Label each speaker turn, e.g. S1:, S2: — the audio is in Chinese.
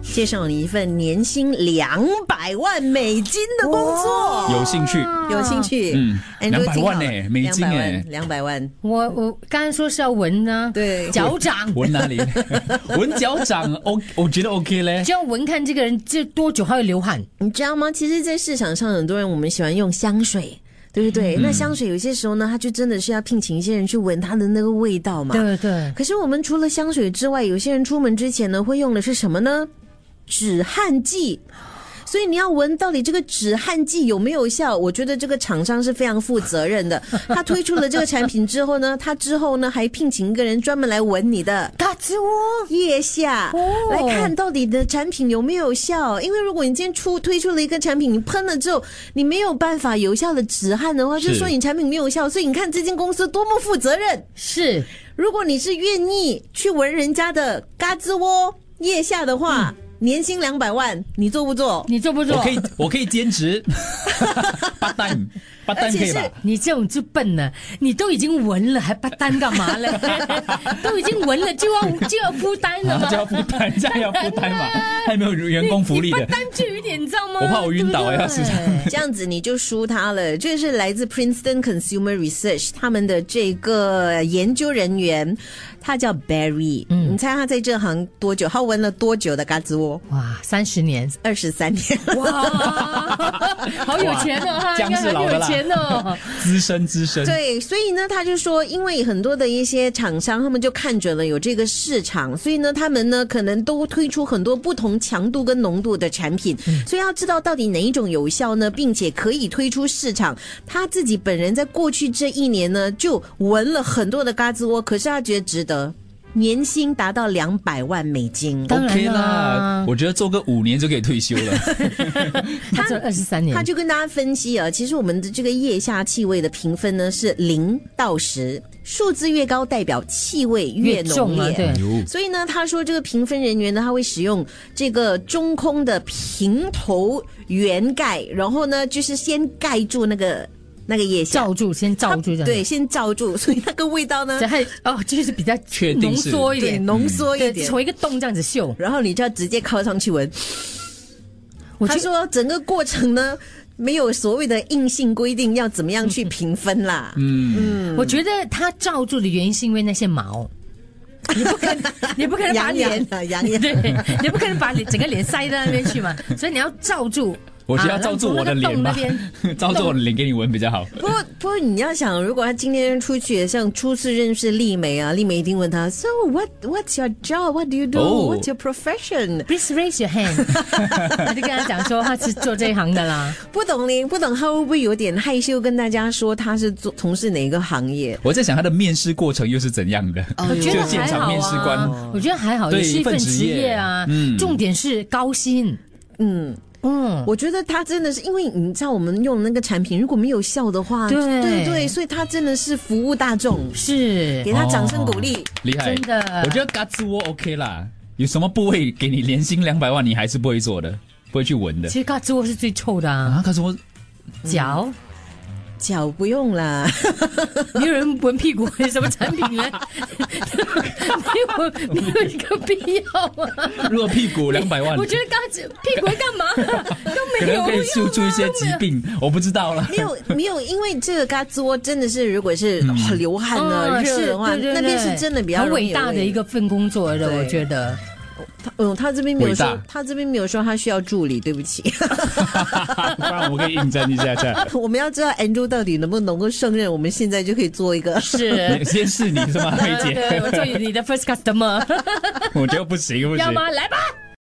S1: 介绍你一份年薪两百万美金的工作，
S2: 有兴趣？
S3: 哦
S1: 有兴趣？
S2: 嗯
S1: 哎你都
S2: 200万
S1: 听好
S2: 哎
S1: 了
S2: 美金
S1: 200
S2: 哎
S1: 万两百万，
S3: 我我刚刚说是要闻呢，
S1: 对
S3: 脚掌。
S2: 闻 哪里？闻脚掌？O，我觉得 OK 嘞。
S3: 就要闻看这个人这多久还会流汗，
S1: 你知道吗？其实，在市场上，很多人我们喜欢用香水。对不
S2: 嗯
S1: 对？那香水有些时候呢，它就真的是要聘请一些人去闻它的那个味道嘛。
S3: 对对，
S1: 可是我们除了香水之外，有些人出门之前呢，会用的是什么呢？止汗剂。所以你要闻到底这个止汗剂有没有效？我觉得这个厂商是非常负责任的。他推出了这个产品之后呢，他之后呢还聘请一个人专门来闻你的
S3: 嘎吱窝，
S1: 腋下、
S3: 哦
S1: 来看到底你的产品有没有效。因为如果你今天出推出了一个产品，你喷了之后你没有办法有效的止汗的话，就是说你产品没有效。所以你看这间公司多么负责任。
S3: 是
S1: 如果你是愿意去闻人家的嘎吱窝腋下的话，年薪两百万，你做不 做？
S3: 你做不做？
S2: 我可以，我可以兼 职，part time，part
S1: 而
S2: time 可
S1: 且
S2: 以
S1: 是
S2: 吧？
S3: 你这种就笨了，你都已经闻了，还不单干嘛 嘞？都已经闻了，就要就要负担了
S2: 啊
S3: 嘛，
S2: 就要负担，这样要负担嘛， 还没有员工福利
S3: 你
S2: 的
S3: 不。单就有一点，你知道吗？
S2: 我怕我晕倒
S3: 对不对
S2: 要是这样
S1: 这样子你就输他了。这是来自 Princeton Consumer Research 他们的这个研究人员，他叫 Barry。嗯，你猜他在这行多久？他闻了多久的嘎吱窝？
S3: 哇，三十年，
S1: 二十三年。
S3: 哇， 好有钱哦，
S2: 哇
S3: 他
S2: 姜
S3: 应该
S2: 是
S3: 很
S2: 老的
S3: 有
S2: 啦
S3: 钱哦。
S2: 资深资深，
S1: 对，所以呢，他就说，因为很多的一些厂商，他们就看准了有这个市场，所以呢，他们呢可能都推出很多不同强度跟浓度的产品，
S3: 嗯
S1: 所以要知道到底哪一种有效呢，并且可以推出市场。他自己本人在过去这一年呢，就闻了很多的嘎吱窝，可是他觉得值得，年薪达到两百万美金。
S3: 当然
S2: OK 啦
S3: 啦，
S2: 我觉得做个五年就可以退休了。
S3: 他做了二十三年，
S1: 他就跟大家分析啊，其实我们的这个腋下气味的评分呢是零到十，数字越高代表气味
S3: 越
S1: 浓
S3: 重了，
S1: 烈。
S2: 哎
S3: 对，
S1: 所以呢，他说这个评分人员呢，他会使用这个中空的平头圆盖，然后呢，就是先盖住那个那个腋下，
S3: 罩住先罩住这样，
S1: 对，，先罩住，所以那个味道呢
S3: 这，还哦，就是比较
S2: 确定
S3: 浓
S2: 是
S3: 缩一
S1: 对，
S3: 点，
S1: 浓缩一
S3: 对，
S1: 点。
S3: 从一个洞这样子嗅。
S1: 然后你就要直接靠上去闻。
S3: 我
S1: 他
S3: 就
S1: 说整个过程呢，没有所谓的硬性规定要怎么样去评分啦。
S3: 嗯
S2: 嗯
S3: 我觉得他罩住的原因是因为那些毛，你不可 能，你不可能把
S1: 养眼
S3: 脸，
S1: 啊，养眼。
S3: 对，你不可能把脸整个脸塞到那边去嘛，所以你要罩住。
S2: 我觉得要
S3: 啊
S2: 照住我的
S3: 从那个
S2: 脸
S3: 洞那
S2: 吧
S3: 边，
S2: 照住我的脸给你闻比较好。
S1: 不过，不过你要想，如果他今天出去，像初次认识丽梅啊，丽梅一定问他，So what what's your job? What do you do?
S2: 哦
S1: What's your profession?
S3: Please raise your hand，他就跟他讲说他是做这一行的啦。
S1: 不懂嘞，不懂他会不会有点害羞，跟大家说他是做从事哪一个行业？
S2: 我在想他的面试过程又是怎样的？
S3: 我觉得
S2: 嗯就现
S3: 还
S2: 场
S3: 好
S2: 面试
S3: 啊
S2: 官，
S3: 我觉得还好，
S2: 对
S3: 也是一份
S2: 一份职
S3: 职
S2: 业
S3: 业啊。
S2: 嗯
S3: 重点是高薪。
S1: 嗯，
S3: 嗯，
S1: 我觉得他真的是，因为你知道我们用的那个产品，如果没有效的话，
S3: 对
S1: 对对，所以他真的是服务大众，
S3: 是
S1: 给他掌声鼓励。
S2: 厉害，
S3: 真的
S2: 我觉得嘎吱窝 OK 啦，有什么部位给你年薪两百万，你还是不会做的，不会去闻的
S3: 其实嘎吱窝是最臭的啊，
S2: 啊？嘎吱窝
S3: 脚。
S1: 脚不用啦，
S3: 没有人闻 屁股有什么产品呢？没有，没有一个必要啊！
S2: 热屁 股两百万，
S3: 我觉得刚才屁股干嘛
S2: 可
S3: 都没有
S2: 能
S3: 用啊，
S2: 可以秀出一些疾病，我不知道啦。
S1: 没 有没有，因为这个嘎吱窝真的是，如果是流汗
S3: 都没
S1: 呢、
S3: 有。啊
S1: 热
S3: 是
S1: 的话，
S3: 对对对
S1: 那边嗯是真的比较
S3: 很
S1: 容易
S3: 伟大
S1: 有味
S3: 的一个份工作的，
S1: 对
S3: 我觉得
S1: 他嗯，他这边没有
S2: 伟
S1: 说
S2: 大，
S1: 他这边没有说他需要助理，对不起。
S2: 不然我们可以应征一下 下。
S1: 我们要知道 Andrew 到底能不能够胜任，我们现在就可以做一个。
S3: 是。
S2: 先试你是吗，梅
S3: 对，
S2: 姐？
S3: 我做你的 first customer，
S2: 我觉得不行不
S3: 要
S2: 行。
S3: 吗？来吧。